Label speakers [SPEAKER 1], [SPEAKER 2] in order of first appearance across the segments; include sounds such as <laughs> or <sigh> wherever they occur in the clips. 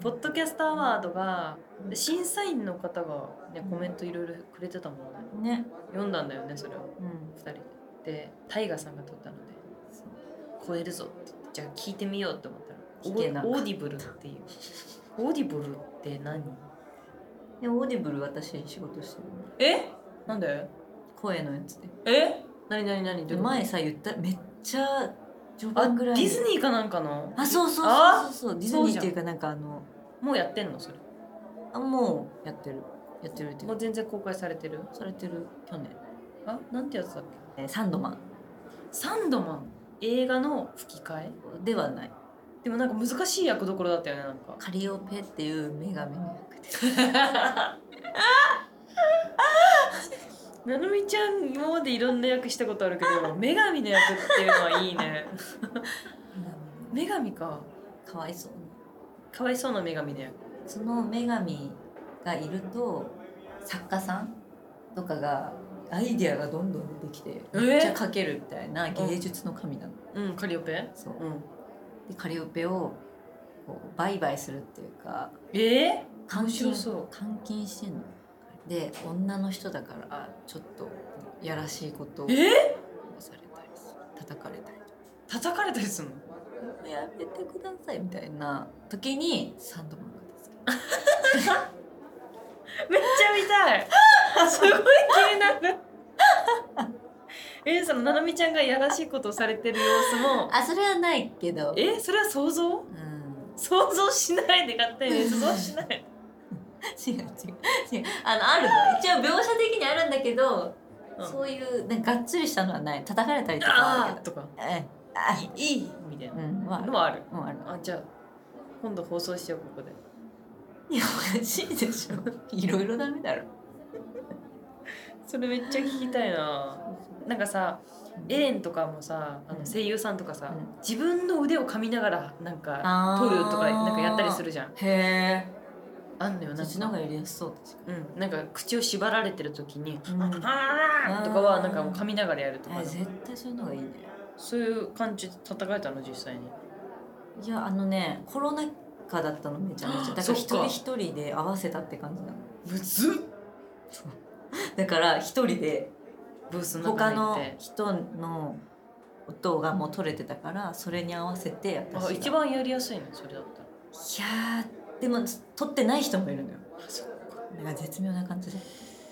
[SPEAKER 1] ポッドキャストアワードが審査員の方が、ね、コメントいろいろくれてたもんね
[SPEAKER 2] ね、
[SPEAKER 1] 読んだんだよねそれを
[SPEAKER 2] うん、
[SPEAKER 1] 2人ででタイガさんが撮ったので超えるぞってじゃあ聞いてみようと思ったら
[SPEAKER 2] 聞けなか
[SPEAKER 1] オ
[SPEAKER 2] った
[SPEAKER 1] ーディブルっていうオーディブルって何
[SPEAKER 2] でオーディブル私仕事してるの
[SPEAKER 1] えなんで
[SPEAKER 2] 声のやつで
[SPEAKER 1] え何何何ど
[SPEAKER 2] で
[SPEAKER 1] ういうこと
[SPEAKER 2] 前さ言っためっちゃ序
[SPEAKER 1] あ
[SPEAKER 2] 盤ぐ
[SPEAKER 1] デ
[SPEAKER 2] らい
[SPEAKER 1] ィズニーかなんかの
[SPEAKER 2] あそうそう
[SPEAKER 1] あ
[SPEAKER 2] そうそうそうディズニーっていうかなんかあの
[SPEAKER 1] もうやってんのそれ
[SPEAKER 2] あもうやってるやってるってい
[SPEAKER 1] も
[SPEAKER 2] うか
[SPEAKER 1] う全然公開されてる
[SPEAKER 2] されてる去年
[SPEAKER 1] あなんてやつだっけ
[SPEAKER 2] えーサンドマ
[SPEAKER 1] サンドマン映画の吹き替え
[SPEAKER 2] ンではない
[SPEAKER 1] でもなんか難しい役どころだったよねなんか
[SPEAKER 2] カリオペっていう女神の役で
[SPEAKER 1] ななみちゃん今までいろんな役したことあるけど女神の役っていうのはいい <laughs> ね女神か
[SPEAKER 2] かわいそう
[SPEAKER 1] かわいそうな女神の役
[SPEAKER 2] その女神がいると作家さんとかがアイディアがどんどん出てきて
[SPEAKER 1] え
[SPEAKER 2] めっちゃ描けるみたいな芸術の神なの、
[SPEAKER 1] うんカリオペ
[SPEAKER 2] そう
[SPEAKER 1] うん
[SPEAKER 2] でカリオペをこう売買するっていうか
[SPEAKER 1] え
[SPEAKER 2] 監禁
[SPEAKER 1] 面白そう
[SPEAKER 2] 監禁してんので女の人だからちょっとやらしいことを
[SPEAKER 1] ー、え
[SPEAKER 2] されたりする叩かれたりと
[SPEAKER 1] ー、叩かれたりするの
[SPEAKER 2] かやめてくださいみたいな時にサンドマンがですけ
[SPEAKER 1] めっちゃ見たい <laughs> すごい気になる <laughs> えー、そのななみちゃんがやらしいことをされてる様子も
[SPEAKER 2] あそれはないけど
[SPEAKER 1] えー、それは想像
[SPEAKER 2] うん
[SPEAKER 1] 想像しないで勝手に想像し <laughs> ない
[SPEAKER 2] 違う違う違うあのあるの一応描写的にあるんだけど、そういうなんかがっつりしたのはない叩かれたりとかはあ
[SPEAKER 1] あ
[SPEAKER 2] る
[SPEAKER 1] ー
[SPEAKER 2] けど
[SPEAKER 1] とか
[SPEAKER 2] えあ
[SPEAKER 1] いいみたい
[SPEAKER 2] うんま
[SPEAKER 1] な
[SPEAKER 2] あ
[SPEAKER 1] のはある
[SPEAKER 2] もうある
[SPEAKER 1] あじゃあ今度放送しようここで
[SPEAKER 2] いやおかしいでしょいろいろダメだろ
[SPEAKER 1] それめっちゃ聞きたいななんかさエレンとかもさあ
[SPEAKER 2] う
[SPEAKER 1] の
[SPEAKER 2] ん
[SPEAKER 1] 声優さんとかさ、
[SPEAKER 2] うん
[SPEAKER 1] 自分の腕を噛みながらなんか
[SPEAKER 2] あ
[SPEAKER 1] 撮
[SPEAKER 2] ー
[SPEAKER 1] るとかなんかやったりするじゃん
[SPEAKER 2] へえ
[SPEAKER 1] あんのよな
[SPEAKER 2] そ
[SPEAKER 1] ん
[SPEAKER 2] っちの方
[SPEAKER 1] か
[SPEAKER 2] がやりやすそう確
[SPEAKER 1] うん、なんか口を縛られてる時に「
[SPEAKER 2] うん
[SPEAKER 1] あーとかはなんかもう噛みながらやると
[SPEAKER 2] か
[SPEAKER 1] か
[SPEAKER 2] にえ絶対そういうのがいいね
[SPEAKER 1] そういう感じで叩かれたの実際に
[SPEAKER 2] いやあのねコロナ禍だったのめちゃめちゃだから一
[SPEAKER 1] そっ
[SPEAKER 2] 人
[SPEAKER 1] か
[SPEAKER 2] 一人で合わせたって感じなの
[SPEAKER 1] むずっ
[SPEAKER 2] だから一人で
[SPEAKER 1] ブースの中
[SPEAKER 2] 他
[SPEAKER 1] に行っ
[SPEAKER 2] の
[SPEAKER 1] て
[SPEAKER 2] 人の音がもう取れてたからそれに合わせて私が
[SPEAKER 1] あ一番やりやすいのそれだったら
[SPEAKER 2] いやーでも取ってない人もいるのよ
[SPEAKER 1] あそっか
[SPEAKER 2] だから絶妙な感じで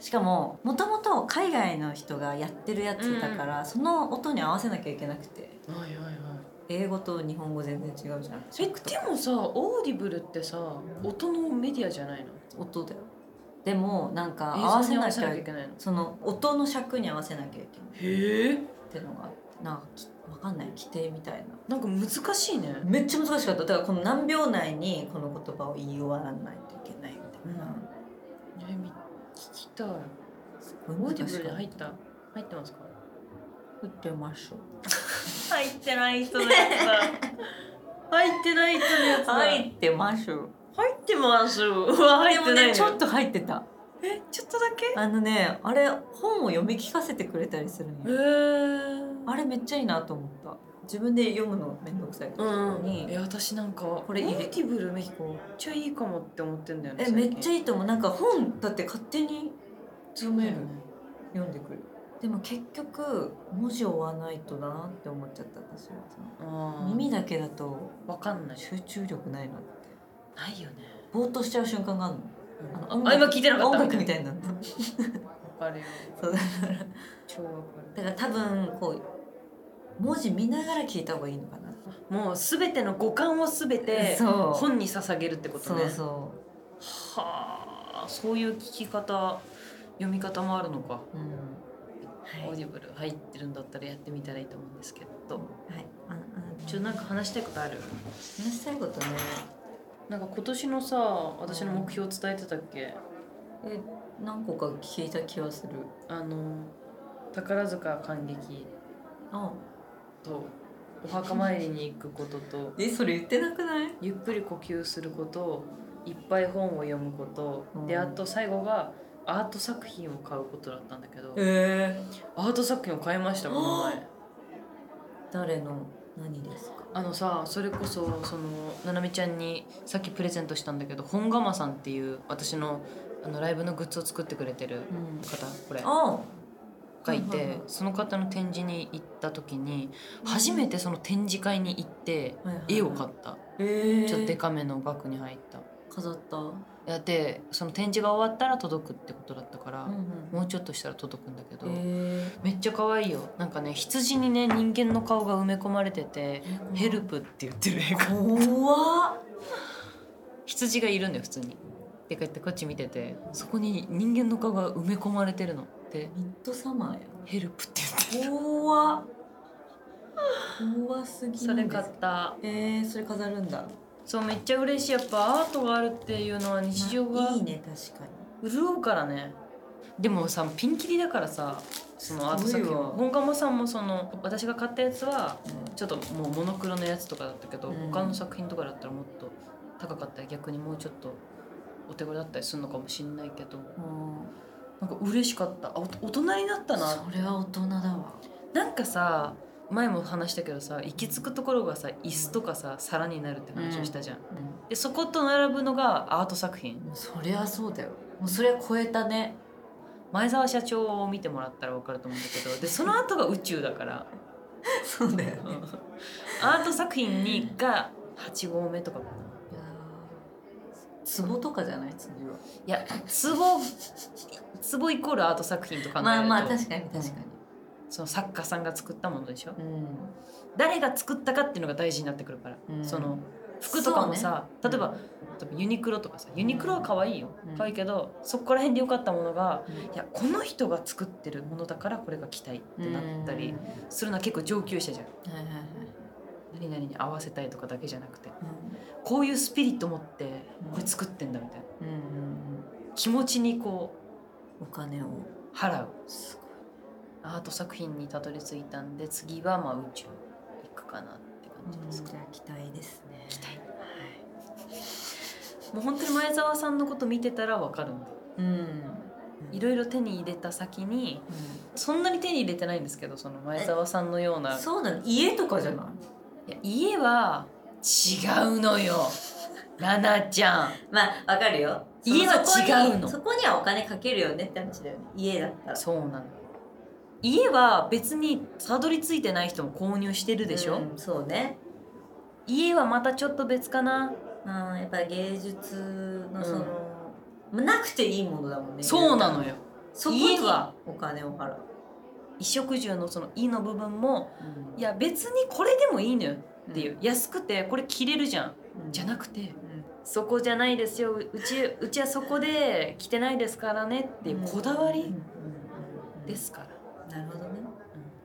[SPEAKER 2] しかももともと海外の人がやってるやつだから、その音に合わせなきゃいけなくて
[SPEAKER 1] はいはいはい
[SPEAKER 2] 英語と日本語全然違うじゃん
[SPEAKER 1] えでもさオーディブルってさ音のメディアじゃないの
[SPEAKER 2] 音だよでもなんか合
[SPEAKER 1] 合
[SPEAKER 2] わ
[SPEAKER 1] わ
[SPEAKER 2] せ
[SPEAKER 1] せな
[SPEAKER 2] な
[SPEAKER 1] き
[SPEAKER 2] き
[SPEAKER 1] ゃ
[SPEAKER 2] ゃ
[SPEAKER 1] いけないの
[SPEAKER 2] その音の尺に合わせなきゃいけない
[SPEAKER 1] へえ
[SPEAKER 2] ってのがあってなんかきわかんない規定みたい
[SPEAKER 1] な
[SPEAKER 2] な
[SPEAKER 1] んか難しいね
[SPEAKER 2] めっちゃ難しかっただからこの何秒内にこの言葉を言い終わらないといけないみたいな、
[SPEAKER 1] えみ聞きたい
[SPEAKER 2] すごい
[SPEAKER 1] オー
[SPEAKER 2] 難
[SPEAKER 1] ディブ
[SPEAKER 2] し
[SPEAKER 1] ル
[SPEAKER 2] か
[SPEAKER 1] で
[SPEAKER 2] った
[SPEAKER 1] 入った入ってますか
[SPEAKER 2] 打ってましょう
[SPEAKER 1] 入ってない人のやつだ <laughs> 入ってない人のやつだ
[SPEAKER 2] 入ってましょう
[SPEAKER 1] 入ってますうわ入
[SPEAKER 2] で
[SPEAKER 1] っ
[SPEAKER 2] も
[SPEAKER 1] てない
[SPEAKER 2] ね
[SPEAKER 1] の
[SPEAKER 2] ちょっと入ってた
[SPEAKER 1] えちょっとだけ
[SPEAKER 2] あのねあれ本を読み聞かせてくれたりするん
[SPEAKER 1] へ
[SPEAKER 2] よ
[SPEAKER 1] え
[SPEAKER 2] あれめっちゃいいなと思った自分で読むのめんどくさい時と
[SPEAKER 1] う
[SPEAKER 2] か
[SPEAKER 1] んうん
[SPEAKER 2] に、
[SPEAKER 1] え私なんかこ
[SPEAKER 2] れ
[SPEAKER 1] れオ
[SPEAKER 2] いい
[SPEAKER 1] ーディブルメヒコめっちゃいいかもって思ってんだよね
[SPEAKER 2] えめっちゃ
[SPEAKER 1] いい
[SPEAKER 2] いいと思うなんか本だって勝手に読める読んでくるでも結局文字を追わないとなって思っちゃった私は耳だけだと
[SPEAKER 1] わかんない
[SPEAKER 2] 集中力ないなって
[SPEAKER 1] ないよね
[SPEAKER 2] ぼーっとしちゃう瞬間があるの
[SPEAKER 1] あのあ今聞いてなかった
[SPEAKER 2] 音楽みたいになった
[SPEAKER 1] わかるよ
[SPEAKER 2] <laughs> そうだ <laughs> から
[SPEAKER 1] 超わか
[SPEAKER 2] だから多分こう文字見ながら聞いた方がいいのかな
[SPEAKER 1] るもうすべての五感をすべて
[SPEAKER 2] そう
[SPEAKER 1] 本に捧げるってことね
[SPEAKER 2] そうそ
[SPEAKER 1] はあそういう聞き方読み方もあるのか、
[SPEAKER 2] う、うん
[SPEAKER 1] オーディブル入ってるんだったらやってみたらいいと思うんですけど
[SPEAKER 2] はいああ
[SPEAKER 1] ちょなんか話したいことある
[SPEAKER 2] 話したいことね
[SPEAKER 1] なんか今年のさ私の目標伝えてたっけ、
[SPEAKER 2] え何個か聞いた気はする
[SPEAKER 1] あの宝塚感激
[SPEAKER 2] あ
[SPEAKER 1] とお墓参りに行くことと
[SPEAKER 2] えそれ言ってなくない
[SPEAKER 1] ゆっくり呼吸することいっぱい本を読むこと、で
[SPEAKER 2] うん
[SPEAKER 1] あと最後がアート作品を買うことだったんだけど
[SPEAKER 2] え
[SPEAKER 1] アート作品を買いましたこの前
[SPEAKER 2] え誰の何ですか
[SPEAKER 1] あのさそれこそそのななみちゃんにさっきプレゼントしたんだけど本釜さんっていう私のあのライブのグッズを作ってくれてる方、これ
[SPEAKER 2] あ
[SPEAKER 1] がいて、
[SPEAKER 2] はいはいはい
[SPEAKER 1] その方の展示に行った時に初めてその展示会に行って
[SPEAKER 2] はいはいはい
[SPEAKER 1] 絵を買った、
[SPEAKER 2] えー、
[SPEAKER 1] ちょっとでかめのバッグに入った。
[SPEAKER 2] 飾った、
[SPEAKER 1] だってその展示が終わったら届くってことだったから、
[SPEAKER 2] ん
[SPEAKER 1] もうちょっとしたら届くんだけど、
[SPEAKER 2] え
[SPEAKER 1] めっちゃ可愛いよなんかね羊にね人間の顔が埋め込まれてて「ヘルプ」って言ってる映画 <laughs>
[SPEAKER 2] 怖っ
[SPEAKER 1] 羊がいるんだよ普通に。でこうやってこっち見ててそこに人間の顔が埋め込まれてるので
[SPEAKER 2] ミッドサマーや
[SPEAKER 1] 「ヘルプ」って言ってる
[SPEAKER 2] 怖っ怖すぎ
[SPEAKER 1] そ
[SPEAKER 2] る
[SPEAKER 1] れ
[SPEAKER 2] んで
[SPEAKER 1] 買
[SPEAKER 2] す
[SPEAKER 1] った
[SPEAKER 2] えー、それ飾るんだ
[SPEAKER 1] そうめっちゃ嬉しいやっぱアートがあるっていうのは日常が
[SPEAKER 2] いいね確かに
[SPEAKER 1] 潤うからねでもさピンキリだからさそのアート作
[SPEAKER 2] す
[SPEAKER 1] 品
[SPEAKER 2] ごい
[SPEAKER 1] は
[SPEAKER 2] わ
[SPEAKER 1] 本鴨さんもその私が買ったやつはちょっともうモノクロのやつとかだったけど、
[SPEAKER 2] うん
[SPEAKER 1] 他の作品とかだったらもっと高かったり逆にもうちょっとお手頃だったりするのかもしんないけど
[SPEAKER 2] うん
[SPEAKER 1] なんか嬉しかったあお大人になったな
[SPEAKER 2] それは大人だわ
[SPEAKER 1] なんかさ前も話したけどさ行き着くところがさ椅子とかさ皿になるって話をしたじゃん、でそこと並ぶのがアート作品
[SPEAKER 2] もうそりゃそうだよもうそれ超えたね
[SPEAKER 1] 前澤社長を見てもらったら分かると思うんだけどでその後が宇宙だから
[SPEAKER 2] そうだよ
[SPEAKER 1] うんアート作品にが8合目とかかない
[SPEAKER 2] やー壺とかじゃない次はい
[SPEAKER 1] や壺壺イコールアート作品と考えると、
[SPEAKER 2] まあまあ確かに確か
[SPEAKER 1] その作家さんが作ったものでしょ
[SPEAKER 2] にうん、
[SPEAKER 1] 誰が作ったかっていうのが大事になってくるから、
[SPEAKER 2] うん
[SPEAKER 1] その服とかもさ、
[SPEAKER 2] そうね
[SPEAKER 1] 例えば例えばユニクロとかさユニクロは可愛いよ、
[SPEAKER 2] うん
[SPEAKER 1] 可愛いけどそこら辺で良かったものが
[SPEAKER 2] うん
[SPEAKER 1] いやこの人が作ってるものだからこれが着たいってなったり
[SPEAKER 2] うん
[SPEAKER 1] するのは結構上級者じゃん
[SPEAKER 2] はいはいはい、
[SPEAKER 1] 何々に合わせたいとかだけじゃなくてこういうスピリット持ってこれ作ってんだみたいな
[SPEAKER 2] うんうんうん
[SPEAKER 1] 気持ちにこ
[SPEAKER 2] お金を
[SPEAKER 1] う払う
[SPEAKER 2] す
[SPEAKER 1] アート作品にたどり着いたんで次はまあ宇宙行くかなって感じですか、
[SPEAKER 2] ゃあ期待ですね
[SPEAKER 1] 期待もう本当に前澤さんのこと見てたらわかるんで
[SPEAKER 2] うん、
[SPEAKER 1] いろいろ手に入れた先にそんなに手に入れてないんですけどその前澤さんのような
[SPEAKER 2] そうだね家とかじゃない
[SPEAKER 1] いや家は違うの <laughs> よななちゃん
[SPEAKER 2] まあわかるよ
[SPEAKER 1] 家は
[SPEAKER 2] そこに
[SPEAKER 1] 違うの
[SPEAKER 2] そこにはお金かけるよねって話だよね家だったら
[SPEAKER 1] そうなの家は別にたどり着いてない人も購入してるでしょ、
[SPEAKER 2] うんそうね
[SPEAKER 1] 家はまたちょっと別かな
[SPEAKER 2] うんやっぱ芸術のその、なくていいものだもんね
[SPEAKER 1] そうなのよ
[SPEAKER 2] そこに
[SPEAKER 1] 家は
[SPEAKER 2] お金を払う、
[SPEAKER 1] 衣食住のその「い」の部分も
[SPEAKER 2] うん
[SPEAKER 1] いや別にこれでもいいのよっていう、安くてこれ着れるじゃんじゃな
[SPEAKER 2] く
[SPEAKER 1] くて
[SPEAKER 2] うん
[SPEAKER 1] そこじゃないですよううちうちはそこで着てないですからねっていうこだわりで、すから、
[SPEAKER 2] うんなるほどね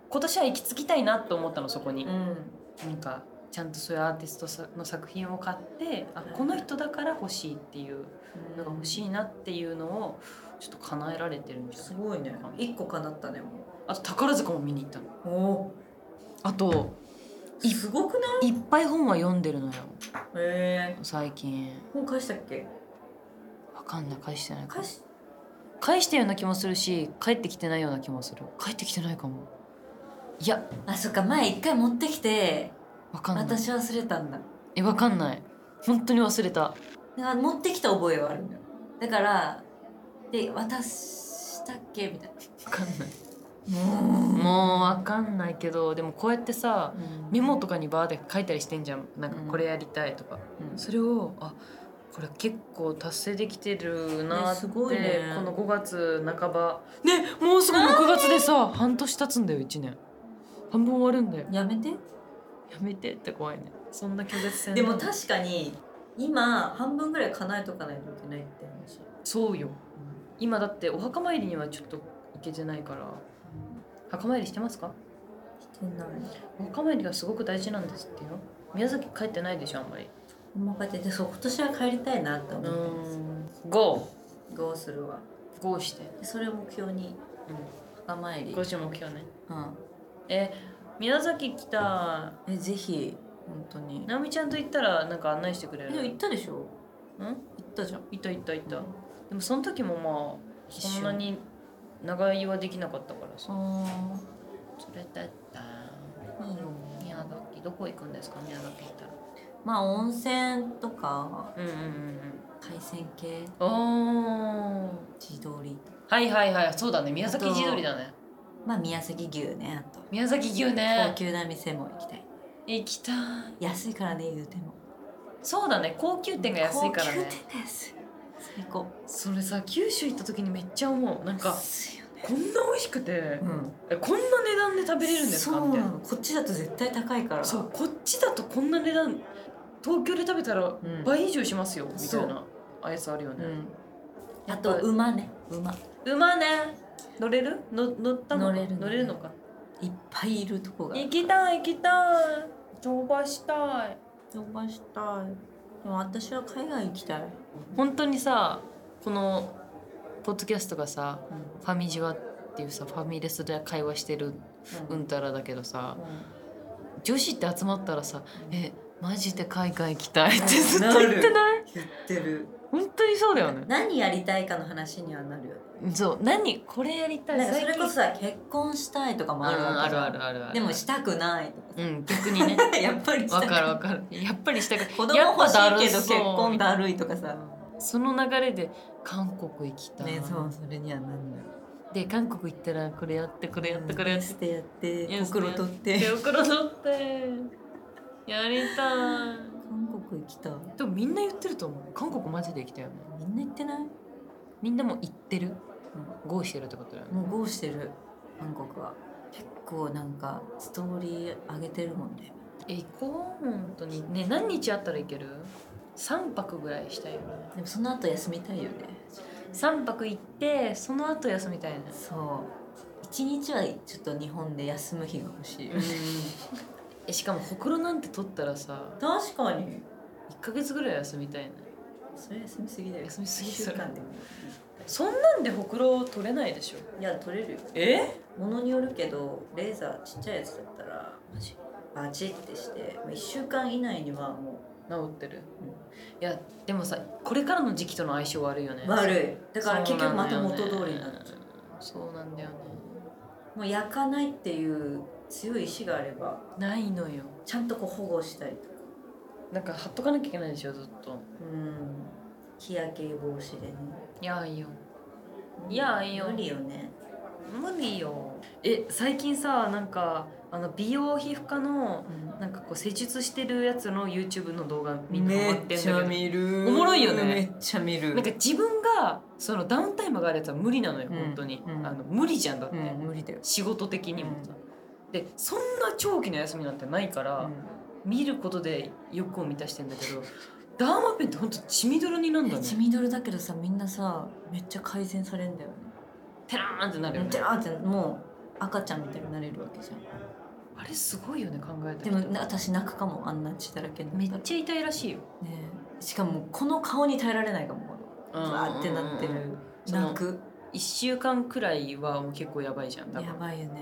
[SPEAKER 1] 今年は行き着きたいなと思ったのそこに、
[SPEAKER 2] ん
[SPEAKER 1] なんかちゃんとそういうアーティストさの作品を買ってあこの人だから欲しいっていうのが欲しいなっていうのをちょっと叶えられてるんじゃ
[SPEAKER 2] す
[SPEAKER 1] ない
[SPEAKER 2] ごいね一個かなったねも
[SPEAKER 1] あと宝塚も見に行ったの
[SPEAKER 2] うお
[SPEAKER 1] あと
[SPEAKER 2] おすごくない
[SPEAKER 1] いっぱい本は読んでるのよ
[SPEAKER 2] へえ
[SPEAKER 1] 最近
[SPEAKER 2] 本返したっけ
[SPEAKER 1] わかんない返してないか
[SPEAKER 2] 返
[SPEAKER 1] も
[SPEAKER 2] し
[SPEAKER 1] 返したような気もするし帰ってきてないような気もする帰ってきてないかもいや
[SPEAKER 2] あそっか前一回持ってきて
[SPEAKER 1] わかんない
[SPEAKER 2] 私忘れたんだ
[SPEAKER 1] えわかんない本当に忘れた
[SPEAKER 2] だから持ってきた覚えはあるんだよだからで渡したっけみたい
[SPEAKER 1] わかんない
[SPEAKER 2] なも
[SPEAKER 1] もうわかんないけどでもこうやってさ
[SPEAKER 2] うん
[SPEAKER 1] メモとかにバーで書いたりしてんじゃんなんか
[SPEAKER 2] うん
[SPEAKER 1] これやりたいとか、
[SPEAKER 2] うん
[SPEAKER 1] それをあこれ結構達成できてるな
[SPEAKER 2] ね
[SPEAKER 1] って、
[SPEAKER 2] すごいね
[SPEAKER 1] この5月半ばねもうすぐ6月でさ半年経つんだよ1年半分終わるんだよ
[SPEAKER 2] やめて
[SPEAKER 1] やめてって怖いねそんな拒絶せん
[SPEAKER 2] でも確かに今半分ぐらい叶えとかないといけないって話
[SPEAKER 1] そうよ今だってお墓参りにはちょっと行けてないから墓参りしてますか
[SPEAKER 2] してない
[SPEAKER 1] お墓参りがすごく大事なんですってよ宮崎帰ってないでしょあんまり
[SPEAKER 2] ほんまかってでそう今年は帰りたいなって
[SPEAKER 1] う
[SPEAKER 2] 思ってます
[SPEAKER 1] んゴ
[SPEAKER 2] どうするわ
[SPEAKER 1] ーゴーして
[SPEAKER 2] でそれを目標に
[SPEAKER 1] う
[SPEAKER 2] 墓参り、
[SPEAKER 1] ん50目標ね
[SPEAKER 2] うん
[SPEAKER 1] え宮崎来た
[SPEAKER 2] えぜひ本当に
[SPEAKER 1] 直美ちゃんと行ったらなんか案内してくれ
[SPEAKER 2] え
[SPEAKER 1] る
[SPEAKER 2] でも行ったでしょ
[SPEAKER 1] うん
[SPEAKER 2] 行ったじゃん
[SPEAKER 1] 行った行った行った、
[SPEAKER 2] うん
[SPEAKER 1] でもその時もまあ
[SPEAKER 2] 一
[SPEAKER 1] そ
[SPEAKER 2] 緒
[SPEAKER 1] んなに長居はできなかったからさ
[SPEAKER 2] あ
[SPEAKER 1] 連れてった
[SPEAKER 2] ーいいよ
[SPEAKER 1] いどこ行くんですか宮崎行ったら
[SPEAKER 2] まあ温泉とか
[SPEAKER 1] うんうんうん
[SPEAKER 2] 海鮮系
[SPEAKER 1] うんおー
[SPEAKER 2] 地鶏
[SPEAKER 1] はいはいはいそうだね宮崎地鶏だね
[SPEAKER 2] まあ宮崎牛ねあと
[SPEAKER 1] 宮崎牛
[SPEAKER 2] 高
[SPEAKER 1] ね
[SPEAKER 2] 級な店も行きたい
[SPEAKER 1] 行きたい
[SPEAKER 2] 安いからね言うても
[SPEAKER 1] そうだね高級店が安いから
[SPEAKER 2] 高
[SPEAKER 1] ね
[SPEAKER 2] 級店です最高
[SPEAKER 1] それさ九州行った時にめっちゃ思うなんか
[SPEAKER 2] 安いよね
[SPEAKER 1] こんな美味しくて
[SPEAKER 2] うん
[SPEAKER 1] えこんな値段で食べれるんですか
[SPEAKER 2] そう
[SPEAKER 1] みたい
[SPEAKER 2] な
[SPEAKER 1] な
[SPEAKER 2] のこっちだと絶対高いから
[SPEAKER 1] そうこっちだとこんな値段東京で食べたら
[SPEAKER 2] うん
[SPEAKER 1] 倍以上しますよ、みた
[SPEAKER 2] そ
[SPEAKER 1] いうなアイスあるよ
[SPEAKER 2] う
[SPEAKER 1] ね、
[SPEAKER 2] ん
[SPEAKER 1] や
[SPEAKER 2] あ
[SPEAKER 1] っぱ
[SPEAKER 2] と馬ね馬
[SPEAKER 1] 馬ね乗れるの乗ったのか
[SPEAKER 2] 乗れるの
[SPEAKER 1] 乗れるのか
[SPEAKER 2] いっぱいいるとこが
[SPEAKER 1] 行きたい行きたい乗馬したい
[SPEAKER 2] 飛ばしたいでも私は海外行きたい、
[SPEAKER 1] 本当にさこのポッドキャストがさファミジワっていうさファミレスで会話してる
[SPEAKER 2] う
[SPEAKER 1] うんんたらだけどさ女子って集まったらさ「えマジで海外行きたい」ってずっと言ってない
[SPEAKER 2] 言ってる
[SPEAKER 1] 本当にそうだよね
[SPEAKER 2] 何やりたいかの話にはなるよね
[SPEAKER 1] そう何これやりたい
[SPEAKER 2] なんかそれこそ
[SPEAKER 1] 最
[SPEAKER 2] さ結婚したいとか
[SPEAKER 1] 近
[SPEAKER 2] もあるわ
[SPEAKER 1] うん
[SPEAKER 2] け
[SPEAKER 1] ある
[SPEAKER 2] じゃん
[SPEAKER 1] あるあるある
[SPEAKER 2] でもしたくないと
[SPEAKER 1] うん逆にね
[SPEAKER 2] か <laughs> やっぱりした
[SPEAKER 1] <laughs> わ
[SPEAKER 2] く
[SPEAKER 1] かるわかるやっぱりしたく
[SPEAKER 2] 子供
[SPEAKER 1] やっ
[SPEAKER 2] 欲
[SPEAKER 1] ぱ
[SPEAKER 2] し
[SPEAKER 1] だ
[SPEAKER 2] い
[SPEAKER 1] る
[SPEAKER 2] けど
[SPEAKER 1] そう
[SPEAKER 2] 結婚だるいとかさ
[SPEAKER 1] その流れで韓国行きたい、
[SPEAKER 2] ねそうそれにはなんない
[SPEAKER 1] で韓国行ったらこれやってこれやってこれやって、
[SPEAKER 2] てやって
[SPEAKER 1] や
[SPEAKER 2] ほくろ取って
[SPEAKER 1] 手袋取ってやりたい
[SPEAKER 2] 韓国行きたい
[SPEAKER 1] でもみんな言ってると思う韓国マジで行きたいよね
[SPEAKER 2] みんな行ってない
[SPEAKER 1] みんなもう行ってる、合意してるってことだよね
[SPEAKER 2] もうゴーしてる韓国は結構なんかストーリー上げてるもんね
[SPEAKER 1] え行こう本当にね何日あったら行ける3泊ぐらいしたいよね
[SPEAKER 2] でもその後休みたいよね
[SPEAKER 1] 3泊行ってその後休みたいね
[SPEAKER 2] そう一日はちょっと日本で休む日が欲しい、
[SPEAKER 1] えしかもほくろなんて取ったらさ
[SPEAKER 2] 確かに
[SPEAKER 1] 1ヶ月ぐらい休みたいね
[SPEAKER 2] それ休みすぎだよ
[SPEAKER 1] 休みすぎ
[SPEAKER 2] 一週間でも
[SPEAKER 1] そんなんでほくろ取れないでしょ
[SPEAKER 2] いや取れるよ
[SPEAKER 1] え
[SPEAKER 2] ものによるけどレーザーちっちゃいやつだったらマジバチってしてもう一週間以内にはも
[SPEAKER 1] 治ってる、いやでもさこれからの時期との相性悪いよね
[SPEAKER 2] う悪いだから結局また元
[SPEAKER 1] そう
[SPEAKER 2] 通
[SPEAKER 1] なんだ
[SPEAKER 2] り
[SPEAKER 1] よ
[SPEAKER 2] に
[SPEAKER 1] ね
[SPEAKER 2] なっちゃう
[SPEAKER 1] そうなんだよね
[SPEAKER 2] もう焼かないっていう強い意志があれば
[SPEAKER 1] ないのよ
[SPEAKER 2] ちゃんとこう保護したりとか
[SPEAKER 1] なんか貼っとかなきゃいけないでしょずっと
[SPEAKER 2] うん日焼け防止でね
[SPEAKER 1] いやいいよいやいいよ
[SPEAKER 2] 無理よね
[SPEAKER 1] 無理よえ最近さなんかあの美容皮膚科のなんかこう施術してるやつの YouTube の動画みんなハマってんだけど
[SPEAKER 2] る
[SPEAKER 1] おもろいよね
[SPEAKER 2] めっちゃ見る
[SPEAKER 1] なんか自分がそのダウンタイムがあるやつは無理なのよ、
[SPEAKER 2] うん
[SPEAKER 1] 本当に、
[SPEAKER 2] うん
[SPEAKER 1] あの無理じゃんだって、
[SPEAKER 2] うん無理だよ
[SPEAKER 1] 仕事的にもさ、でそんな長期の休みなんてないから、見ることで欲を満たしてんだけどダーマペンって本当血みどろになんだ
[SPEAKER 2] え
[SPEAKER 1] ね
[SPEAKER 2] 血みどろだけどさみんなさめっちゃ改善されんだよね
[SPEAKER 1] ペラーンってなるよ
[SPEAKER 2] めっち
[SPEAKER 1] ね
[SPEAKER 2] ゃあーってもう赤ちゃんみたいになれるわけじゃん
[SPEAKER 1] あれすごいよね考えた
[SPEAKER 2] で
[SPEAKER 1] ら
[SPEAKER 2] もな私泣くかもあんな血だらけに
[SPEAKER 1] め
[SPEAKER 2] なった
[SPEAKER 1] っ
[SPEAKER 2] ら
[SPEAKER 1] ちゃ痛いらしいよ
[SPEAKER 2] ねえしかもこの顔に耐えられないかも
[SPEAKER 1] う
[SPEAKER 2] わーってなってる
[SPEAKER 1] んうんうんうん
[SPEAKER 2] 泣く
[SPEAKER 1] 1週間くらいはもう結構やばいじゃん多分
[SPEAKER 2] やばいよね